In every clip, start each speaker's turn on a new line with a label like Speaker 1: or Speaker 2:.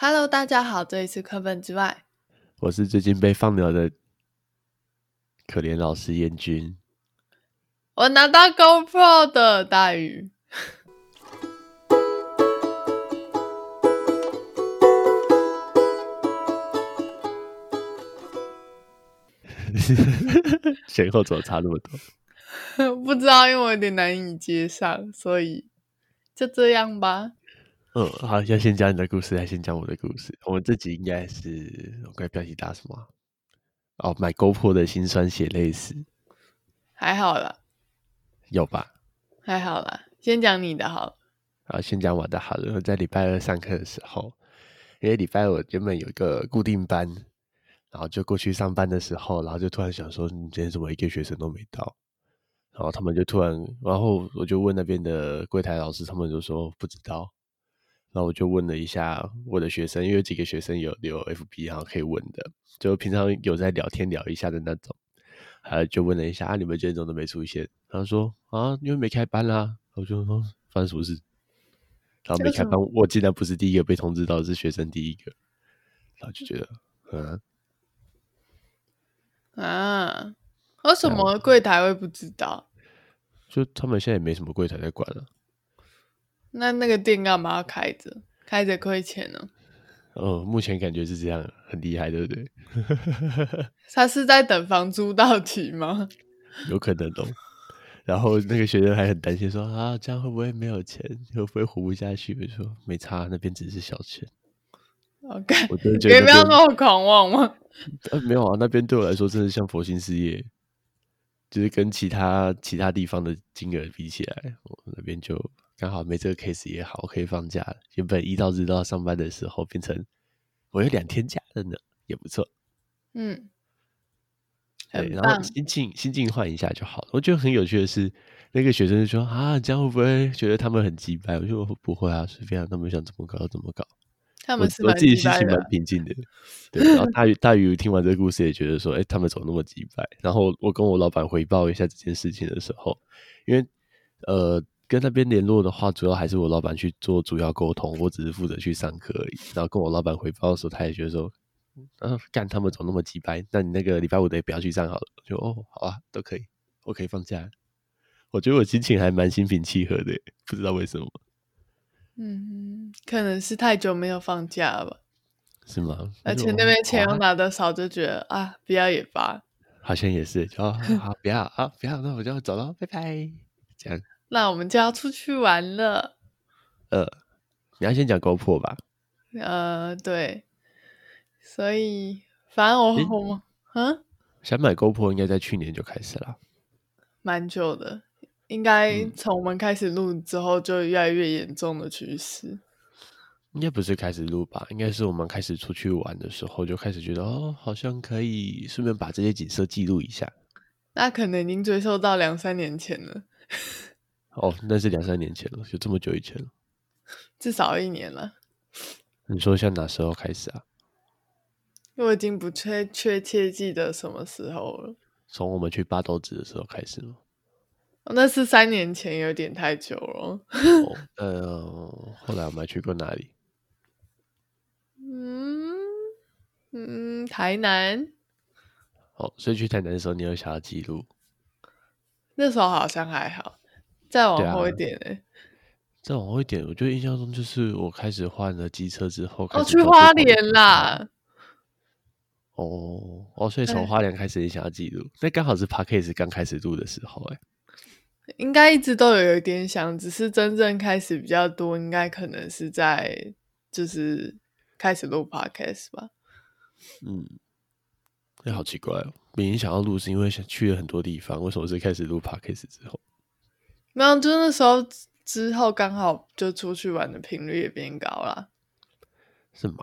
Speaker 1: Hello，大家好，这里是课本之外，
Speaker 2: 我是最近被放鸟的可怜老师燕君。
Speaker 1: 我拿到 GoPro 的大鱼。
Speaker 2: 前后怎么差那么多？
Speaker 1: 不知道，因为我有点难以接上，所以就这样吧。
Speaker 2: 嗯，好，要先讲你的故事，还是先讲我的故事？我们这集应该是我该标题打什么啊、哦，买 GoPro 的辛酸血泪史，
Speaker 1: 还好啦，
Speaker 2: 有吧？
Speaker 1: 还好啦。先讲你的好了。
Speaker 2: 啊，先讲我的好了。我在礼拜二上课的时候，因为礼拜我原本有一个固定班，然后就过去上班的时候，然后就突然想说，嗯你今天怎么一个学生都没到？然后他们就突然，然后我就问那边的柜台老师，他们就说不知道。然后我就问了一下我的学生，因为有几个学生有留 FB，然后可以问的，就平常有在聊天聊一下的那种。还有就问了一下啊，你们今天怎么都没出现？他说啊，因为没开班啦。我就说发生什么事？然后没开班，我竟然不是第一个被通知到，是学生第一个。然后就觉得，嗯，
Speaker 1: 啊，为什么柜台会不知道？
Speaker 2: 就他们现在也没什么柜台在管了、
Speaker 1: 那那个店干嘛要开着？开着亏钱哦呢？
Speaker 2: 嗯，目前感觉是这样，很厉害，对不对？
Speaker 1: 他是在等房租到期吗？
Speaker 2: 有可能哦。然后那个学生还很担心说啊，这样会不会没有钱？会不会活不下去？我说没差，那边只是小钱。
Speaker 1: OK，
Speaker 2: 我真的
Speaker 1: 你
Speaker 2: 觉得
Speaker 1: 不要
Speaker 2: 那边
Speaker 1: 那么狂妄嘛。
Speaker 2: 呃没有啊，那边对我来说真的像佛心事业，就是跟其他其他地方的金额比起来，我那边就刚好没这个 case 也好，可以放假了。原本一到日都要上班的时候，变成我有两天假了呢，也不错。
Speaker 1: 嗯，
Speaker 2: 对，
Speaker 1: 很
Speaker 2: 然
Speaker 1: 棒
Speaker 2: 后。心境心境换一下就好了。我觉得很有趣的是，那个学生就说啊，这样会不会觉得他们很鸡掰？我说不会啊，随便啊，他们想怎么搞就怎么搞。
Speaker 1: 他
Speaker 2: 我
Speaker 1: 们是
Speaker 2: 我
Speaker 1: 蛮
Speaker 2: 自己
Speaker 1: 期
Speaker 2: 心
Speaker 1: 待
Speaker 2: 情
Speaker 1: 的
Speaker 2: 蛮
Speaker 1: 啊。
Speaker 2: 平静的。对， 然后大鱼大鱼听完这个故事也觉得说，哎、他们怎么那么鸡掰？然后我跟我老板回报一下这件事情的时候，因为呃跟那边联络的话，主要还是我老板去做主要沟通，我只是负责去上课而已。然后跟我老板回报的时候，他也觉得说，啊，干他们怎么那么鸡掰？那你那个礼拜五的也不要去上好了。我就哦，好啊，都可以，我可以放假了。我觉得我心情还蛮心平气和的，不知道为什么，
Speaker 1: 嗯，可能是太久没有放假了吧。
Speaker 2: 是吗？
Speaker 1: 而
Speaker 2: 就哦
Speaker 1: 且那边钱
Speaker 2: 哎哇
Speaker 1: 又拿的少，就觉得啊，不要也罢。
Speaker 2: 好像也是，就、哦、好不要啊，不要，那我就走了，拜拜。这样，
Speaker 1: 那我们就要出去玩了。
Speaker 2: 呃，你要先讲 GoPro 吧，
Speaker 1: 呃，对，所以反正我
Speaker 2: 诶
Speaker 1: 我们啊，
Speaker 2: 想买 GoPro 应该在去年就开始了。
Speaker 1: 蛮久的，应该
Speaker 2: 嗯
Speaker 1: 从我们开始录之后就越来越严重的趋势。
Speaker 2: 应该不是开始录吧，应该是我们开始出去玩的时候就开始觉得哦，好像可以顺便把这些景色记录一下。
Speaker 1: 那可能已经追溯到两三年前了，
Speaker 2: 哦，那是两三年前了，有这么久以前了。
Speaker 1: 至少一年了。
Speaker 2: 你说像哪时候开始啊？
Speaker 1: 因为我已经不确确切记得什么时候了，
Speaker 2: 从我们去八斗子的时候开始吗？
Speaker 1: 哦那是三年前，有点太久了。
Speaker 2: 哦，呃，后来我们还去过哪里？
Speaker 1: 嗯嗯，台南。
Speaker 2: 哦，所以去台南的时候，你有想要记录？
Speaker 1: 那时候好像还好，再
Speaker 2: 对
Speaker 1: 往
Speaker 2: 啊
Speaker 1: 后一点哎、
Speaker 2: 再往后一点，我觉得印象中就是我开始换了机车之后，开
Speaker 1: 哦，
Speaker 2: 始
Speaker 1: 去
Speaker 2: 到处
Speaker 1: 花
Speaker 2: 跑一
Speaker 1: 莲
Speaker 2: 趟。
Speaker 1: 啦，
Speaker 2: 哦哦，所以
Speaker 1: 对
Speaker 2: 从花莲开始，你想要记录，那刚好是 p a c a s e 刚开始录的时候、欸，哎，
Speaker 1: 应该一直都有一点想，只是真正开始比较多，应该可能是在就是开始录 podcast 吧。
Speaker 2: 嗯，那、好奇怪哦。明明想要录是因为想去了很多地方，为什么是开始录 p a c a s e 之后？
Speaker 1: 没有，就那时候之后刚好就出去玩的频率也变高啦。
Speaker 2: 是吗？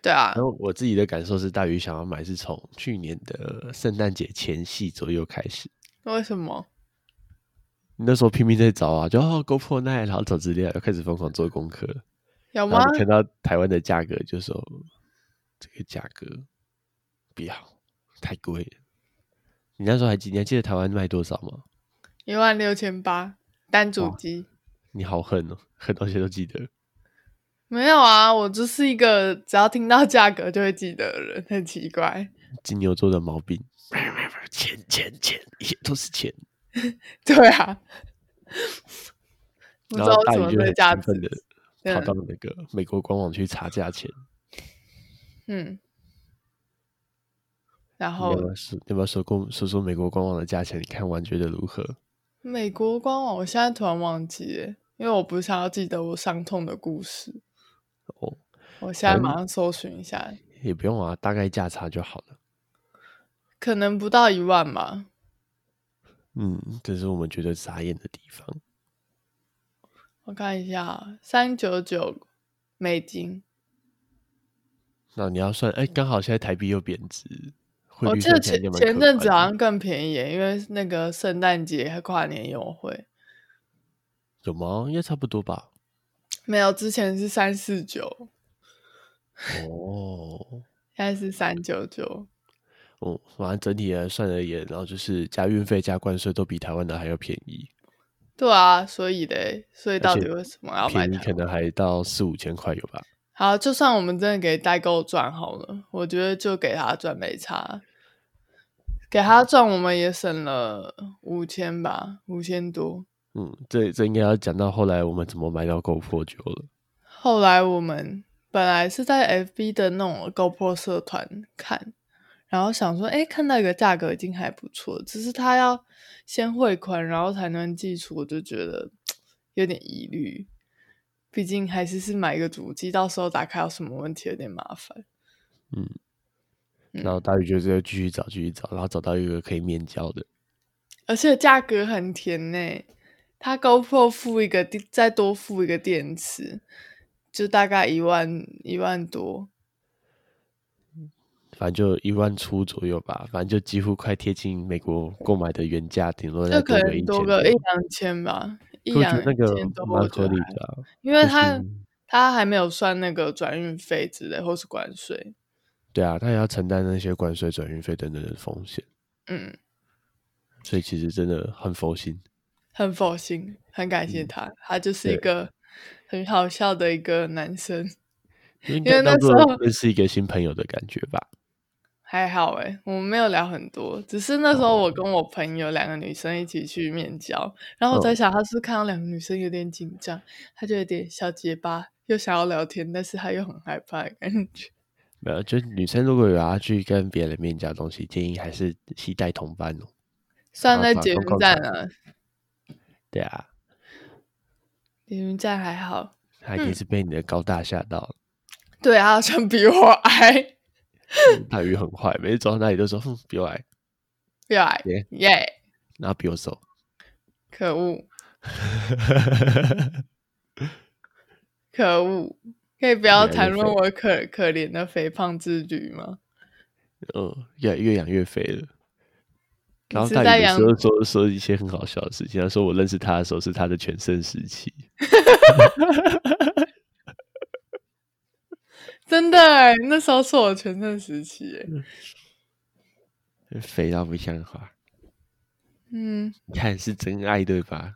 Speaker 1: 对啊
Speaker 2: 然，后我自己的感受是，大鱼想要买是从去年的圣诞节前夕左右开始，
Speaker 1: 为什么？
Speaker 2: 那时候拼命在找啊，就哦 GoPro 那，然后找资料，又开始疯狂做功课了。
Speaker 1: 有
Speaker 2: 然
Speaker 1: 吗
Speaker 2: 后？你看到台湾的价格，就说这个价格不要太贵了。你那时候还记你还记得台湾卖多少吗？
Speaker 1: 一万六千八单主
Speaker 2: 哇
Speaker 1: 机，
Speaker 2: 你好狠哦，狠到现在都记得。
Speaker 1: 没有啊，我就是一个只要听到价格就会记得的人，很奇怪。
Speaker 2: 金牛座的毛病，钱钱钱，一切都是钱。
Speaker 1: 对 啊，不知
Speaker 2: 然
Speaker 1: 道
Speaker 2: 后
Speaker 1: 为
Speaker 2: 大
Speaker 1: 什
Speaker 2: 宇
Speaker 1: 么
Speaker 2: 就
Speaker 1: 这
Speaker 2: 很
Speaker 1: 价
Speaker 2: 兴
Speaker 1: 值
Speaker 2: 奋的。跑到那个美国官网去查价钱。
Speaker 1: 嗯，然
Speaker 2: 你要
Speaker 1: 后
Speaker 2: 不要说？要不要说公说说美国官网的价钱？你看完觉得如何？
Speaker 1: 美国官网，我现在突然忘记耶，因为我不想要记得我伤痛的故事。
Speaker 2: 哦，
Speaker 1: 我现在
Speaker 2: 嗯
Speaker 1: 马上搜寻一下，
Speaker 2: 也不用啊，大概价差就好了。
Speaker 1: 可能不到一万吧。
Speaker 2: 嗯，这是我们觉得傻眼的地方。
Speaker 1: 我看一下，三九九美金，
Speaker 2: 那你要算，哎，刚好现在台币又贬值，汇
Speaker 1: 我
Speaker 2: 率
Speaker 1: 记得
Speaker 2: 算起来
Speaker 1: 哦前
Speaker 2: 应该蛮
Speaker 1: 前
Speaker 2: 可
Speaker 1: 阵子啊好
Speaker 2: 观
Speaker 1: 像
Speaker 2: 的
Speaker 1: 更便宜耶，因为那个圣诞节和跨年优惠。
Speaker 2: 有吗？应该差不多吧。
Speaker 1: 没有，之前是三四九，
Speaker 2: 哦，
Speaker 1: 现在是三九九。
Speaker 2: 哦，反正整体来算而言，然后就是加运费、加关税都比台湾的还要便宜，
Speaker 1: 对啊，所以嘞，所以
Speaker 2: 而
Speaker 1: 到
Speaker 2: 且
Speaker 1: 底为什么要买
Speaker 2: 便宜
Speaker 1: 它？
Speaker 2: 可能还到四五千块有吧。
Speaker 1: 好，就算我们真的给代购赚好了，我觉得就给他赚没差，给他赚我们也省了五千吧，五千多。
Speaker 2: 嗯，这这应该要讲到后来我们怎么买到 GoPro 九了。
Speaker 1: 后来我们本来是在 FB 的那种 GoPro 社团看，然后想说，哎，看到一个价格已经还不错，只是他要先汇款，然后才能寄出，我就觉得有点疑虑。毕竟还是是买一个主机，到时候打开有什么问题有点麻烦。
Speaker 2: 嗯，
Speaker 1: 嗯
Speaker 2: 然后大宇就是要继续找，继续找，然后找到一个可以面交的。
Speaker 1: 而且价格很甜呢、它 GoPro 付一个电，再多付一个电池，就大概一万一万多。
Speaker 2: 反正就一万出左右吧，反正就几乎快贴近美国购买的原价，顶多再
Speaker 1: 就可
Speaker 2: 个
Speaker 1: 能
Speaker 2: 1000
Speaker 1: 多
Speaker 2: 左
Speaker 1: 个一
Speaker 2: 右
Speaker 1: 两千吧，一
Speaker 2: 可我觉
Speaker 1: 两
Speaker 2: 得那
Speaker 1: 千多
Speaker 2: 个
Speaker 1: 我
Speaker 2: 蛮
Speaker 1: 觉
Speaker 2: 合
Speaker 1: 得
Speaker 2: 理
Speaker 1: 还，
Speaker 2: 的啊、
Speaker 1: 因为
Speaker 2: 就
Speaker 1: 它
Speaker 2: 是
Speaker 1: 它还没有算那个转运费之类或是关税，
Speaker 2: 对啊，他也要承担那些关税、转运费等等的风险，
Speaker 1: 嗯，
Speaker 2: 所以其实真的很佛心。
Speaker 1: 很佛心，很感谢他，他就是一
Speaker 2: 嗯对
Speaker 1: 个很好笑的一个男生，
Speaker 2: 因
Speaker 1: 因为那时候
Speaker 2: 认识一个新朋友的感觉吧。
Speaker 1: 还好诶、我们没有聊很多，只是那时
Speaker 2: 哦
Speaker 1: 候我跟我朋友两个女生一起去面交，然后我在
Speaker 2: 嗯
Speaker 1: 想，他是不是看到两个女生有点紧张，他就有点小结巴，又想要聊天，但是他又很害怕的感觉。
Speaker 2: 没有，就是女生如果有要去跟别人面交东西，建议还是系带同伴哦。
Speaker 1: 算
Speaker 2: 麻
Speaker 1: 在
Speaker 2: 烦
Speaker 1: 捷
Speaker 2: 公
Speaker 1: 运
Speaker 2: 共
Speaker 1: 站
Speaker 2: 场
Speaker 1: 啊，
Speaker 2: 对啊，
Speaker 1: 捷运站还好，
Speaker 2: 他
Speaker 1: 嗯
Speaker 2: 一定是被你的高大吓到了。
Speaker 1: 对他好像比我矮，
Speaker 2: 大鱼很坏，每次走到哪里都说哼比我矮，
Speaker 1: 比我矮
Speaker 2: 对，
Speaker 1: 耶、
Speaker 2: 然后比我瘦。
Speaker 1: 可恶，可恶，可以不要
Speaker 2: 越来越
Speaker 1: 谈论
Speaker 2: 肥
Speaker 1: 我可可怜的肥胖之旅吗？
Speaker 2: 嗯，越来越养越肥了。然后
Speaker 1: 是
Speaker 2: 大
Speaker 1: 在
Speaker 2: 鱼有
Speaker 1: 养
Speaker 2: 时候说说一些很好笑的事情，他说我认识他的时候是他的全盛时期，
Speaker 1: 真的哎、那时候是我全盛时期哎、
Speaker 2: 肥到不像话。
Speaker 1: 嗯，
Speaker 2: 你看是真爱对吧？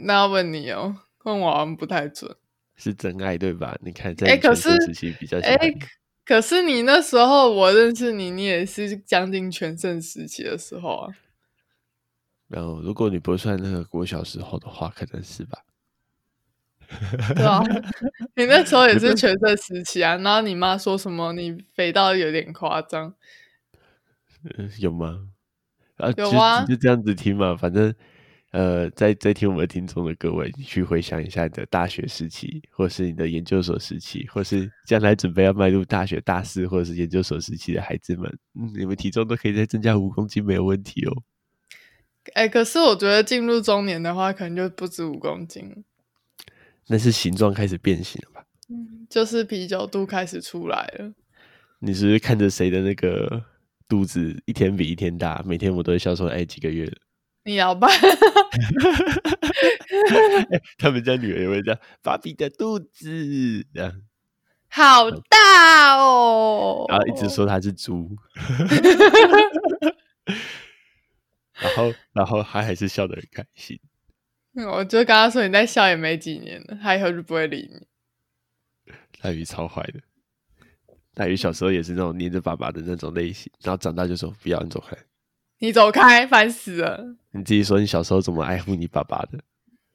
Speaker 1: 那要问你哦，问我好像不太准。
Speaker 2: 是真爱对吧？你看在
Speaker 1: 哎
Speaker 2: 你
Speaker 1: 可
Speaker 2: 全盛
Speaker 1: 是
Speaker 2: 时期比较喜
Speaker 1: 哎、
Speaker 2: 欢
Speaker 1: 可可是你那时候我认识你，你也是将近全盛时期的时候啊。
Speaker 2: 然后，如果你不算那个国小时候的话，可能是吧。
Speaker 1: 对 啊，你那时候也
Speaker 2: 你
Speaker 1: 是
Speaker 2: 不
Speaker 1: 全盛时期啊。然后你妈说什么？你肥到有点夸张。
Speaker 2: 嗯，有吗？啊，
Speaker 1: 有
Speaker 2: 其实
Speaker 1: 啊
Speaker 2: 就这样子听嘛，反正呃，在在听我们听众的各位，你去回想一下你的大学时期，或是你的研究所时期，或是将来准备要迈入大学大四或者是研究所时期的孩子们，嗯，你们体重都可以再增加五公斤，没有问题哦。
Speaker 1: 哎、可是我觉得进入中年的话，可能就不止五公斤，
Speaker 2: 那是形状开始变形了吧？
Speaker 1: 就是啤酒肚开始出来了。
Speaker 2: 你是不是看着谁的那个肚子一天比一天大？每天我都会笑说，哎，几个月了。
Speaker 1: 你老爸
Speaker 2: 他们家女儿也会这样，芭比的肚子，这样，
Speaker 1: 好大哦，
Speaker 2: 然后一直说她是猪，然后然后她还是笑得很开心。
Speaker 1: 嗯。我就跟他说你在笑也没几年了，他以后就不会理你。
Speaker 2: 大鱼超坏的。大鱼小时候也是那种黏着爸爸的那种类型，然后长大就说不要你走开。
Speaker 1: 你走开，烦死了。
Speaker 2: 你自己说你小时候怎么爱护你爸爸的？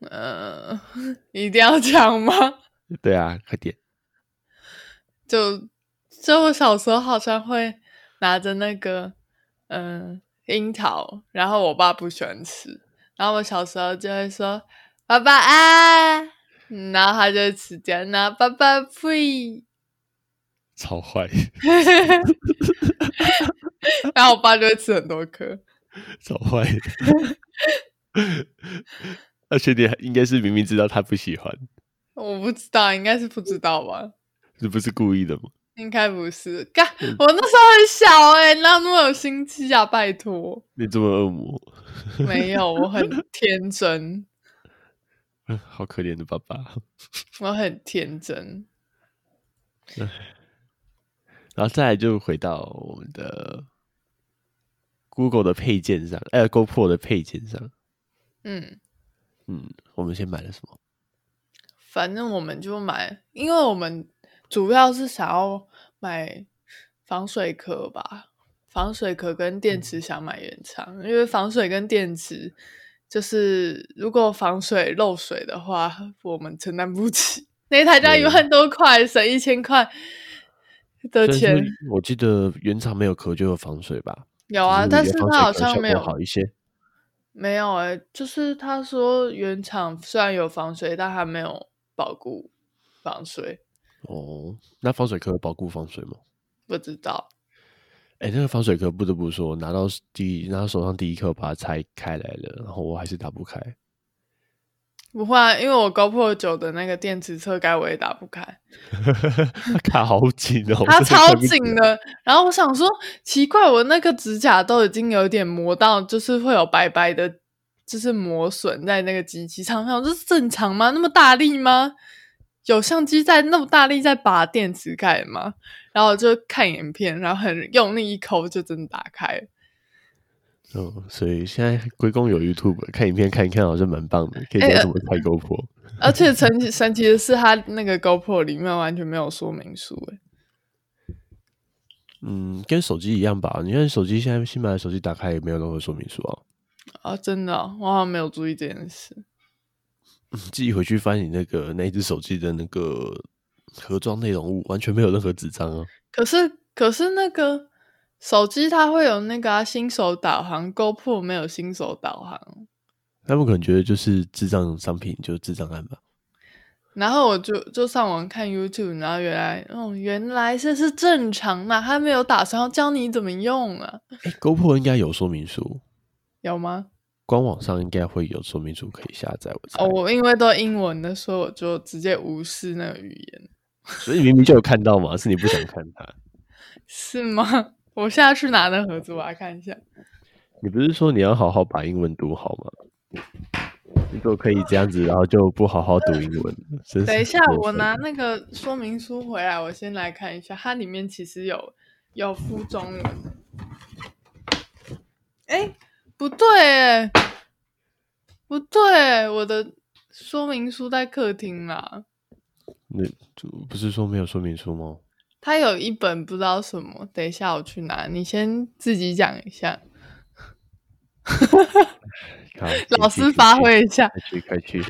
Speaker 1: 呃， 一定要讲吗？
Speaker 2: 对啊，快点。
Speaker 1: 就就我小时候好像会拿着那个嗯、呃樱桃，然后我爸不喜欢吃，然后我小时候就会说爸爸啊，嗯然后他就会吃掉，然后爸爸呸，
Speaker 2: 超坏，
Speaker 1: 然后我爸就会吃很多颗。
Speaker 2: 超坏的。 而且你还应该是明明知道他不喜欢，
Speaker 1: 我不知道，应该是不知道吧？
Speaker 2: 这不是故意的吗？
Speaker 1: 应该不是。干，我那时候很小哎、哪有那么有心机啊？拜托，
Speaker 2: 你这么恶魔，
Speaker 1: 没有，我很天真，
Speaker 2: 嗯好可怜的爸爸。
Speaker 1: 我很天真。
Speaker 2: 然后再来就回到我们的 Google 的配件上，呃，GoPro 的配件上。
Speaker 1: 嗯，
Speaker 2: 嗯，我们先买了什么？
Speaker 1: 反正我们就买，因为我们主要是想要买防水壳吧，防水壳跟电
Speaker 2: 嗯
Speaker 1: 池想买原厂，因为防水跟电池就是如果防水漏水的话，我们承担不起。那一台价一万多块，省一千块的
Speaker 2: 虽然说
Speaker 1: 钱
Speaker 2: 我记得原厂没有壳就有防水吧？
Speaker 1: 有啊，但
Speaker 2: 只
Speaker 1: 是
Speaker 2: 你的
Speaker 1: 它好
Speaker 2: 防水壳效
Speaker 1: 像
Speaker 2: 果
Speaker 1: 没有
Speaker 2: 好一些。
Speaker 1: 没有哎、就是他说原厂虽然有防水，但它没有保固防水，
Speaker 2: 哦，那防水壳有保护防水吗？
Speaker 1: 不知道。
Speaker 2: 哎、那个防水壳不得不说，我拿到第一拿到手上第一颗把它拆开来了，然后我还是打不开。
Speaker 1: 不会啊，因为我 GoPro 九的那个电池车盖我也打不开，
Speaker 2: 它卡好紧哦，
Speaker 1: 它
Speaker 2: 我真的
Speaker 1: 超
Speaker 2: 看不
Speaker 1: 紧的。然后我想说，奇怪，我那个指甲都已经有点磨到，就是会有白白的，就是磨损在那个机器上。我想这是正常吗？那么大力吗？有相机在那么大力在拔电池盖吗？然后我就看影片，然后很用力一抠，就真的打开了。
Speaker 2: 嗯，所以现在归功有 YouTube 看影片看一看，好像蛮棒的，可以教
Speaker 1: 哎
Speaker 2: 怎么开 GoPro。
Speaker 1: 而且神奇神奇的是，它那个 GoPro 里面完全没有说明书、欸，
Speaker 2: 嗯，跟手机一样吧。你看手机现在新买的手机打开也没有任何说明书啊，
Speaker 1: 啊，真的哦、我好像没有注意这件事。
Speaker 2: 你自己回去翻你那个那一只手机的那个盒装内容物，完全没有任何纸张啊。
Speaker 1: 可是可是那个手机它会有那个、啊、新手导航，GoPro 没有新手导航。
Speaker 2: 他们可能觉得就是智障商品，就是智障案吧。
Speaker 1: 然后我就就上网看 YouTube，然后原来哦，原来这是正常嘛，他没有打算要教你怎么用啊，
Speaker 2: 哎、g o p r o 应该有说明书，
Speaker 1: 有吗？
Speaker 2: 官网上应该会有说明书可以下载。我猜，
Speaker 1: 哦，我因为都英文的，所以我就直接无视那个语言，
Speaker 2: 所以明明就有看到嘛，是你不想看它。
Speaker 1: 是吗？ 我现在去拿那盒子，我来看一下。
Speaker 2: 你不是说你要好好把英文读好吗？如果可以这样子，然后就不好好读英文，真是
Speaker 1: 等一下
Speaker 2: 过，
Speaker 1: 我
Speaker 2: 分
Speaker 1: 拿那个说明书回来，我先来看一下，它里面其实有有附中文。哎，不对哎，不对哎，我的说明书在客厅啦。
Speaker 2: 那就不是说没有说明书吗？
Speaker 1: 它有一本不知道什么，等一下我去拿，你先自己讲一下，
Speaker 2: 好
Speaker 1: 老师发，挥一下。
Speaker 2: 快去快去，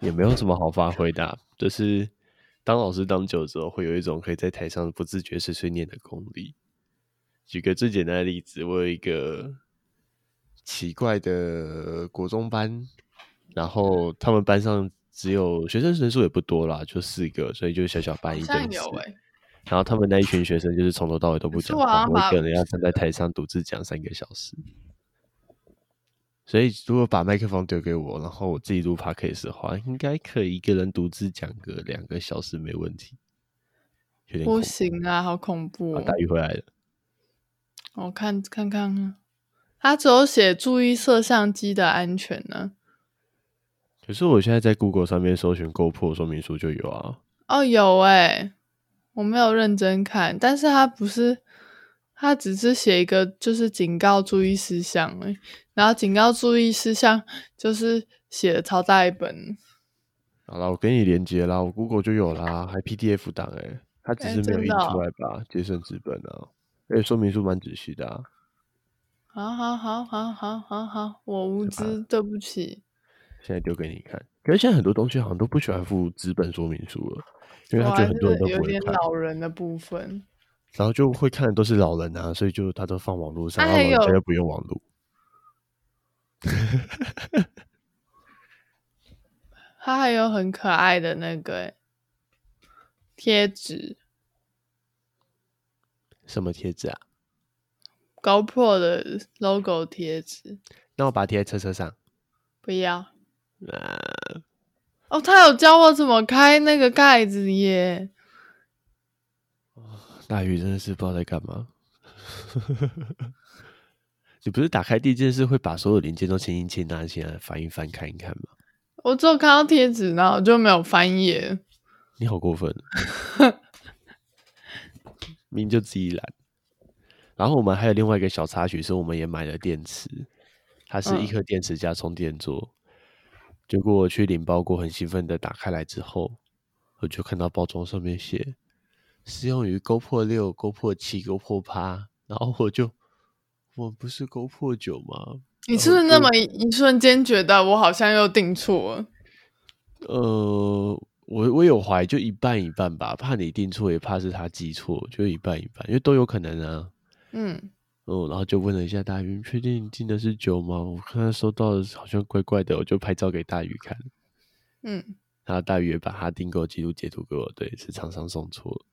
Speaker 2: 也没有什么好发挥的啊、就是当老师当久了之后，会有一种可以在台上不自觉碎碎念的功力。举个最简单的例子，我有一个奇怪的国中班，然后他们班上只有学生人数也不多啦，就四个，所以就是小小班
Speaker 1: 好
Speaker 2: 一
Speaker 1: 像
Speaker 2: 对
Speaker 1: 有
Speaker 2: 四。
Speaker 1: 哎，
Speaker 2: 然后他们那一群学生就是从头到尾都不
Speaker 1: 可是
Speaker 2: 讲
Speaker 1: 我好
Speaker 2: 话，
Speaker 1: 像
Speaker 2: 我
Speaker 1: 把
Speaker 2: 一个人要站在台上独自讲三个小时。所以如果把麦克风丢给我，然后我自己录 podcast 的话，应该可以一个人独自讲个两个小时没问题。有点恐
Speaker 1: 不
Speaker 2: 怖。
Speaker 1: 行啊，好恐怖、
Speaker 2: 啊，
Speaker 1: 哦！
Speaker 2: 大鱼回来了，
Speaker 1: 我看看看啊，它只有写注意摄像机的安全呢、
Speaker 2: 可是我现在在 Google 上面搜寻 GoPro 说明书就有啊。
Speaker 1: 哦，有哎、我没有认真看，但是它不是，它只是写一个就是警告注意事项哎、然后警告注意事项就是写的超大一本，
Speaker 2: 好了，我给你连接啦，我 Google 就有啦，还 PDF 档哎、它只
Speaker 1: 哎
Speaker 2: 是没有
Speaker 1: 真
Speaker 2: 印
Speaker 1: 的哦
Speaker 2: 出来吧，节省纸本啊。哎、说明书蛮仔细的啊。
Speaker 1: 好好好好好好好，我无知，
Speaker 2: 啊
Speaker 1: 对不起。
Speaker 2: 现在丢给你看。可是现在很多东西好像都不喜欢附纸本说明书了，因为
Speaker 1: 我
Speaker 2: 他觉
Speaker 1: 还是
Speaker 2: 得很多人都
Speaker 1: 啊有
Speaker 2: 不会
Speaker 1: 点
Speaker 2: 看，
Speaker 1: 老人的部分。
Speaker 2: 然后就会看的都是老人啊，所以就他都放网络上，
Speaker 1: 啊
Speaker 2: 然后
Speaker 1: 还
Speaker 2: 老人家
Speaker 1: 有
Speaker 2: 又不用网络。
Speaker 1: 它还有很可爱的那个欸贴纸
Speaker 2: 什么贴纸啊？
Speaker 1: ，GoPro 的 logo 贴纸，
Speaker 2: 那我把它贴在车车上。
Speaker 1: 不要。
Speaker 2: 啊，
Speaker 1: 哦，他有教我怎么开那个盖子耶。
Speaker 2: 大鱼真的是不知道在干嘛。 你不是打开第一件事会把所有零件都清一清、拿起来翻一翻、看一看吗？
Speaker 1: 我只有看到贴纸，然后就没有翻页。
Speaker 2: 你好过分，明明就自己懒。然后我们还有另外一个小插曲，是我们也买了电池，它是一
Speaker 1: 嗯
Speaker 2: 颗电池加充电座。结果我去领包裹，很兴奋的打开来之后，我就看到包装上面写适用于 GoPro 六、GoPro 七、GoPro 八，然后我就我不是 GoPro 九吗？
Speaker 1: 你是不是那么一一瞬间觉得我好像又订错了？
Speaker 2: 呃，我我有怀疑，就一半一半吧，怕你订错，也怕是他记错，就一半一半，因为都有可能啊。
Speaker 1: 嗯，
Speaker 2: 嗯，然后就问了一下大鱼，确定订的是酒吗？我看他收到的好像怪怪的，我就拍照给大鱼看，
Speaker 1: 嗯，
Speaker 2: 然后大鱼也把他订购记录截图给我，对，是厂商送错了。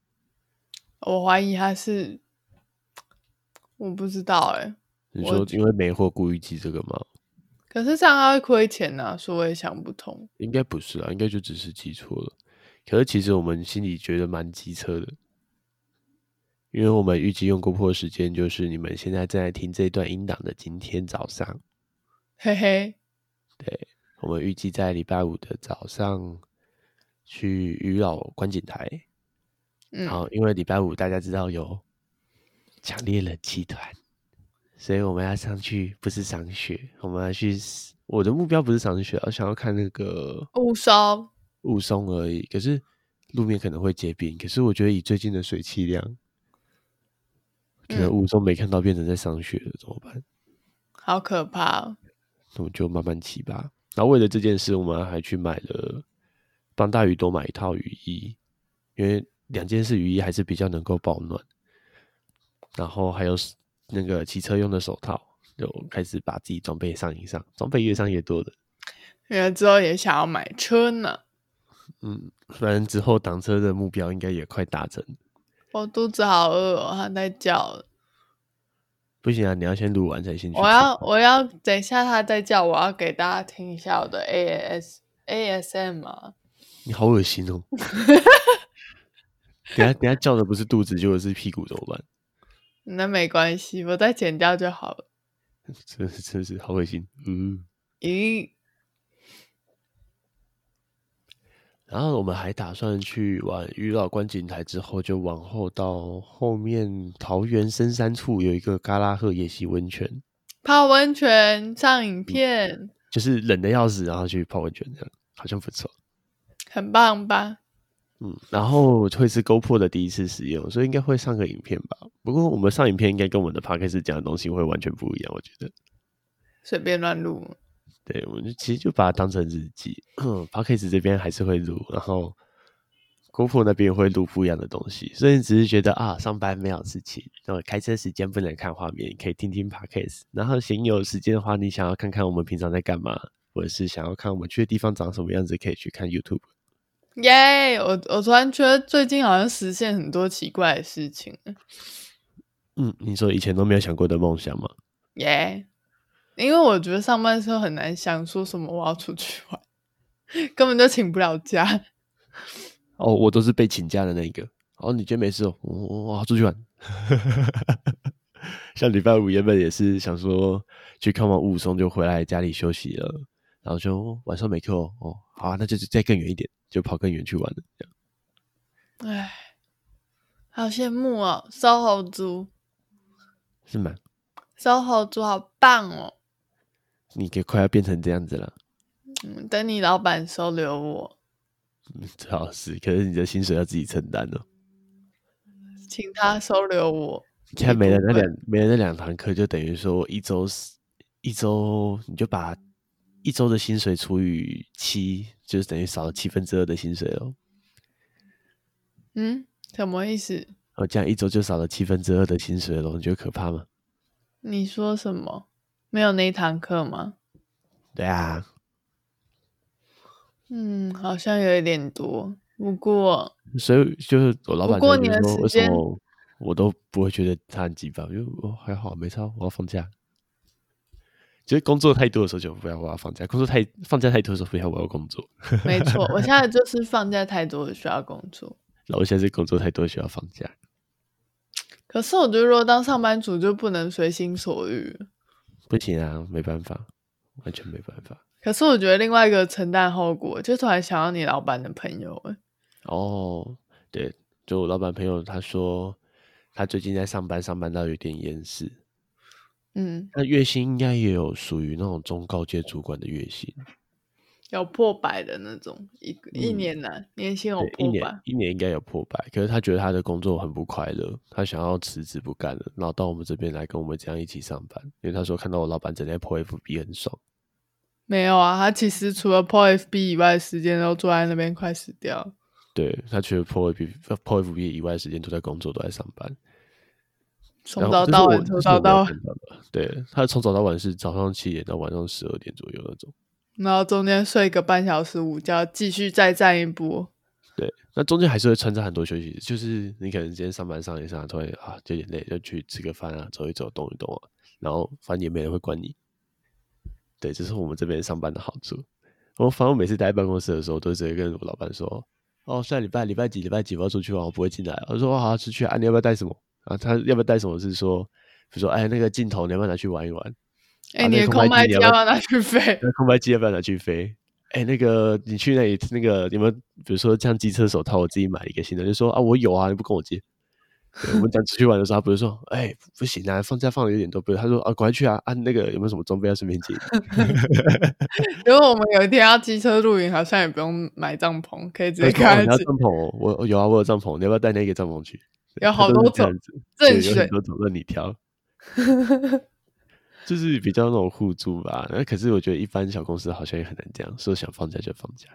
Speaker 1: 我怀疑他是，我不知道哎、
Speaker 2: 你
Speaker 1: 我
Speaker 2: 说因为没货故意寄这个吗？
Speaker 1: 可是这样他会亏钱呐、所以我也想不通。
Speaker 2: 应该不是啊，应该就只是记错了。可是其实我们心里觉得蛮机车的，因为我们预计用 GoPro 的时间就是你们现在正在听这段音档的今天早上，
Speaker 1: 嘿嘿，
Speaker 2: 我们预计在礼拜五的早上去渔老观景台。
Speaker 1: 嗯，
Speaker 2: 好，因为礼拜五大家知道有强烈冷气团，所以我们要上去，不是赏雪，我们要去。我的目标不是赏雪，我想要看那个
Speaker 1: 误烧，
Speaker 2: 雾凇而已。可是路面可能会结冰，可是我觉得以最近的水汽量，可能
Speaker 1: 嗯
Speaker 2: 雾凇没看到变成在上雪了，怎么办？
Speaker 1: 好可怕、哦。
Speaker 2: 那我就慢慢骑吧。然后为了这件事，我们还去买了帮大鱼多买一套雨衣，因为两件事雨衣还是比较能够保暖。然后还有手那个骑车用的手套，就开始把自己装备上一上，装备越上越多的。
Speaker 1: 因为之后也想要买车呢，
Speaker 2: 嗯，反正之后挡车的目标应该也快达成了。
Speaker 1: 我肚子好饿、哦，它在叫了。
Speaker 2: 不行啊，你要先录完才先去吃。
Speaker 1: 我要我要等一下它在叫，我要给大家听一下我的 AS ASM 啊，
Speaker 2: 你好恶心 哦！等下等下叫的不是肚子，就是屁股，怎么办？
Speaker 1: 那没关系，我再剪掉就好了。
Speaker 2: 真是真是好恶心。嗯，
Speaker 1: 咦，
Speaker 2: 然后我们还打算去玩遇到观景台之后，就往后到后面桃园深山处有一个嘎拉赫野溪温泉，
Speaker 1: 泡温泉上
Speaker 2: 嗯
Speaker 1: 影片，
Speaker 2: 就是冷的要死，然后去泡温泉，这样好像不错。
Speaker 1: 很棒吧？
Speaker 2: 嗯，然后会是 GoPro 的第一次使用，所以应该会上个影片吧。不过我们上影片应该跟我们的 p a c k a g e 讲的东西会完全不一样，我觉得。
Speaker 1: 随便乱录，
Speaker 2: 对，我们就其实就把它当成日记。p o d c a s t 这边还是会录，然后 GoPro 那边也会录不一样的东西，所以只是觉得啊，上班没有事情，那我开车时间不能看画面，可以听听 p o d c a s t 然后行有时间的话，你想要看看我们平常在干嘛，或者是想要看我们去的地方长什么样子，可以去看 YouTube。
Speaker 1: 耶、我我突然觉得最近好像实现很多奇怪的事情了，
Speaker 2: 嗯，你说以前都没有想过的梦想吗？
Speaker 1: 耶、因为我觉得上班的时候很难想说什么我要出去玩， 根本就请不了假。
Speaker 2: 哦，我都是被请假的那一个。哦，你今天没事哦，我我我要出去玩。 像礼拜五原本也是想说去看完雾凇就回来家里休息了，然后就哦晚上没课哦，哦好啊，那就再更远一点，就跑更远去玩了。这样
Speaker 1: 唉，好羡慕哦，SOHO 猪
Speaker 2: 是吗？
Speaker 1: ，SOHO 猪好棒哦！
Speaker 2: 你给快要变成这样子了，
Speaker 1: 嗯，等你老板收留我，
Speaker 2: 嗯最好是，可是你的薪水要自己承担哦。
Speaker 1: 请他收留我。
Speaker 2: 你看没了那
Speaker 1: 部分
Speaker 2: 两没了那两堂课，就等于说我一周是一周，你就把一周的薪水除以七，就是等于少了七分之二的薪水哦。
Speaker 1: 嗯，什么意思？
Speaker 2: 哦，这样一周就少了七分之二的薪水了，你觉得可怕吗？
Speaker 1: 你说什么？没有那一堂课吗？
Speaker 2: 对啊，
Speaker 1: 嗯，好像有一点多。不过，
Speaker 2: 所以就是我老
Speaker 1: 不
Speaker 2: 板
Speaker 1: 过
Speaker 2: 就
Speaker 1: 你
Speaker 2: 觉得
Speaker 1: 的
Speaker 2: 说，
Speaker 1: 时
Speaker 2: 为什
Speaker 1: 间
Speaker 2: 么我都不会觉得他很鸡巴，因为我还好没差，我要放假。就是工作太多的时候就不要我要放假，工作太放假太多的时候不要我要工作，
Speaker 1: 没错，我现在就是放假太多了，需要工作。
Speaker 2: 然后现在是工作太多需要放假。
Speaker 1: 可是我觉得，如果当上班族就不能随心所欲。
Speaker 2: 不行啊，没办法，完全没办法。
Speaker 1: 可是我觉得另外一个承担后果，就突然想到你老板的朋友，欸
Speaker 2: 哦，对，就我老板朋友他说，他最近在上班，上班到有点厌世。
Speaker 1: 嗯，
Speaker 2: 那月薪应该也有属于那种中高阶主管的月薪，
Speaker 1: 有破百的那种，一个一
Speaker 2: 嗯
Speaker 1: 年来年薪有
Speaker 2: 对，一
Speaker 1: 破
Speaker 2: 年
Speaker 1: 百，
Speaker 2: 一年应该有破百。可是他觉得他的工作很不快乐，他想要辞职不干了，然后到我们这边来跟我们这样一起上班，因为他说看到我老板整天破 FB 很爽。
Speaker 1: 没有啊，他其实除了破 FB 以外，时间都坐在那边快死掉了。
Speaker 2: 对他觉得破 FB 破 FB 以外的时间都在工作，都在上班。
Speaker 1: 从
Speaker 2: 然
Speaker 1: 早
Speaker 2: 后
Speaker 1: 到晚，
Speaker 2: 这是
Speaker 1: 从
Speaker 2: 我
Speaker 1: 早到晚，，
Speaker 2: 这是我没有看到的对他从早到晚是早上七点到晚上十二点左右那种。
Speaker 1: 然后中间睡个半小时午觉，继续再战一波。
Speaker 2: 对，那中间还是会穿插很多休息，就是你可能今天上班上一上，突然啊有点累，就去吃个饭啊，走一走，动一动啊，然后反正也没人会管你。对，这是我们这边上班的好处。我反正每次待在办公室的时候，都直接跟我老板说：“哦，下礼拜礼拜几礼拜几我要出去玩，我不会进来。”我说：“哦好，出去啊，你要不要带什么？”啊，他要不要带什么是说，比如说，哎，那个镜头你要不要拿去玩一玩？
Speaker 1: 哎、
Speaker 2: 啊
Speaker 1: 你
Speaker 2: 那
Speaker 1: 的
Speaker 2: 个
Speaker 1: 空
Speaker 2: 空
Speaker 1: 白
Speaker 2: 白
Speaker 1: 机
Speaker 2: 机
Speaker 1: 要
Speaker 2: 要
Speaker 1: 不
Speaker 2: 不
Speaker 1: 要
Speaker 2: 要
Speaker 1: 拿去飞？
Speaker 2: 那空白机要不要拿去飞？哎、那个你去那里那个你们，比如说像机车手套，我自己买一个新的，就说啊我有啊，你不跟我借。对我们讲出去玩的时候，他不是说哎、不行啊，放假放的有点多，不是他说啊赶快去啊啊那个有没有什么装备要顺 便借？
Speaker 1: 如果我们有一天要机车露营，好像也不用买帐篷，可以直接
Speaker 2: 他说哦
Speaker 1: 开
Speaker 2: 你要
Speaker 1: 始
Speaker 2: 帐篷哦，我我有啊，我有帐篷，你要不要带那个帐篷去？对
Speaker 1: 有
Speaker 2: 他
Speaker 1: 好
Speaker 2: 都
Speaker 1: 多
Speaker 2: 是这样
Speaker 1: 种
Speaker 2: 子，对
Speaker 1: 正
Speaker 2: 有很
Speaker 1: 选。
Speaker 2: 多种让你 挑， 就是比较那种互助吧。那可是我觉得一般小公司好像也很难这样，说想放假就放假，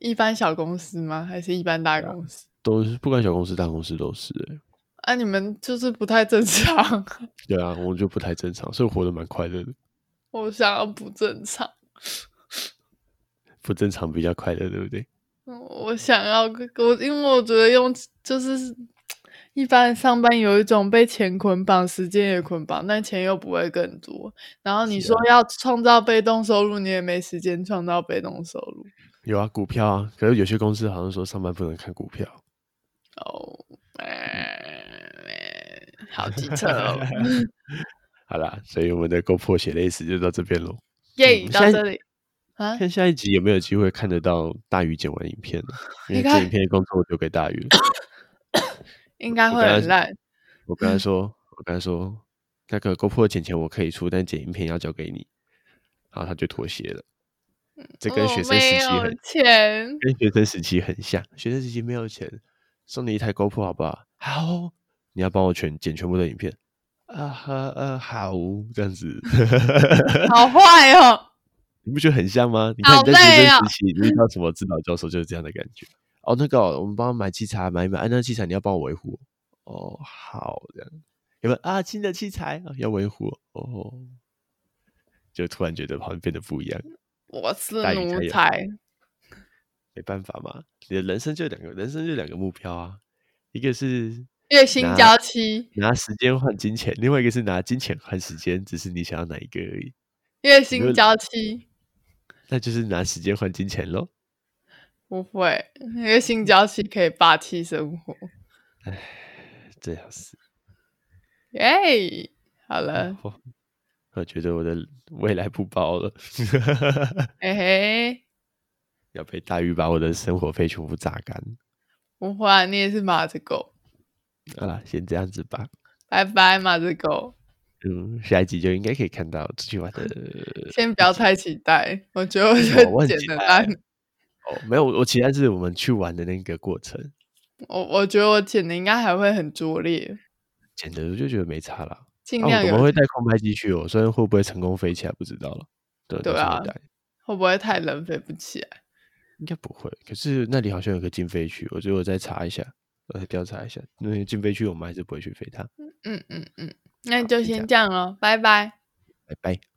Speaker 1: 一般小公司吗？还是一般大
Speaker 2: 啊
Speaker 1: 公司？
Speaker 2: 都是不管小公司大公司都是、欸
Speaker 1: 啊，你们就是不太正常，
Speaker 2: 对啊，我就不太正常，所以活得蛮快乐的。
Speaker 1: 我想要不正常，
Speaker 2: 不正常比较快乐，对不对？
Speaker 1: 嗯我想要我，因为我觉得用就是一般上班有一种被钱捆绑，时间也捆绑，但钱又不会更多。然后你
Speaker 2: 是啊
Speaker 1: 说要创造被动收入，你也没时间创造被动收入。
Speaker 2: 有啊，股票啊，可是有些公司好像说上班不能看股票。
Speaker 1: 哦，哎好机车 哦，
Speaker 2: 好啦，所以我们的勾破血泪史就到这边喽。
Speaker 1: 耶、
Speaker 2: 嗯
Speaker 1: 到
Speaker 2: 现在
Speaker 1: 这里啊，
Speaker 2: 看下一集有没有机会看得到大鱼剪完影片呢？因为
Speaker 1: 应该
Speaker 2: 这影片的工作我留给大鱼了。
Speaker 1: 应该
Speaker 2: 我
Speaker 1: 会
Speaker 2: 刚才
Speaker 1: 很
Speaker 2: 是
Speaker 1: 烂。
Speaker 2: 我跟他说，我跟他说，那个勾破的钱钱我可以出，但剪影片要交给你。然后他就妥协了。这跟
Speaker 1: 我
Speaker 2: 学生
Speaker 1: 哦
Speaker 2: 时
Speaker 1: 没
Speaker 2: 期
Speaker 1: 有
Speaker 2: 很
Speaker 1: 钱，
Speaker 2: 跟学生时期很像。学生时期没有钱，送你一台 GoPro 好不好？好，你要帮我全剪全部的影片。啊哈呃好，这样子，
Speaker 1: 好坏哦。
Speaker 2: 你不觉得很像吗？你看
Speaker 1: 好
Speaker 2: 你在学
Speaker 1: 累哦
Speaker 2: 生时期，你遇到什么指导教授就是这样的感觉。哦，那个哦、我们帮他买器材，买一买，啊，那个器材你要帮我维护哦。哦，好，这样有没有啊？新的器材、啊、要维护哦哦，就突然觉得好像变得不一样。
Speaker 1: 我是
Speaker 2: 大鱼加
Speaker 1: 奴
Speaker 2: 油
Speaker 1: 才，
Speaker 2: 没办法嘛，你的人生就两个，人生就两个目标啊，一个是
Speaker 1: 月薪
Speaker 2: 拿
Speaker 1: 娇妻，
Speaker 2: 拿时间换金钱，另外一个是拿金钱换时间，只是你想要哪一个而已，
Speaker 1: 月
Speaker 2: 觉
Speaker 1: 薪
Speaker 2: 得
Speaker 1: 娇妻
Speaker 2: 那就是拿时间换金钱喽。
Speaker 1: 不会，月薪娇妻可以霸气生活，
Speaker 2: 这样子，
Speaker 1: 耶、哎好了，
Speaker 2: 我我觉得我的未来不保了，
Speaker 1: 嘿嘿，
Speaker 2: 要被大鱼把我的生活费全部榨干。
Speaker 1: 不会啊，你也是马子狗，
Speaker 2: 好啦，先这样子吧。
Speaker 1: 拜拜，马子狗，
Speaker 2: 嗯，下一集就应该可以看到出去玩的。
Speaker 1: 先不要太期待，我觉得我
Speaker 2: 我我
Speaker 1: 就
Speaker 2: 很
Speaker 1: 剪
Speaker 2: 期
Speaker 1: 的
Speaker 2: 待
Speaker 1: 烂，
Speaker 2: 哦，没有，我我期待是我们去玩的那个过程。
Speaker 1: 我我觉得我剪的应该还会很拙劣，
Speaker 2: 剪的我就觉得没差啦。
Speaker 1: 尽
Speaker 2: 那、
Speaker 1: 量
Speaker 2: 我
Speaker 1: 有、
Speaker 2: 们会带空拍机去哦，虽然会不会成功飞起来不知道了。对，
Speaker 1: 对
Speaker 2: 到时候
Speaker 1: 啊
Speaker 2: 带
Speaker 1: 会不会太人飞不起来？
Speaker 2: 应该不会。可是那里好像有个禁飞区，我觉得我再查一下，呃，调查一下，因为禁飞区我们还是不会去飞它。
Speaker 1: 嗯嗯嗯，那
Speaker 2: 好
Speaker 1: 就
Speaker 2: 就这
Speaker 1: 先
Speaker 2: 样
Speaker 1: 这样咯，拜拜。
Speaker 2: 拜拜。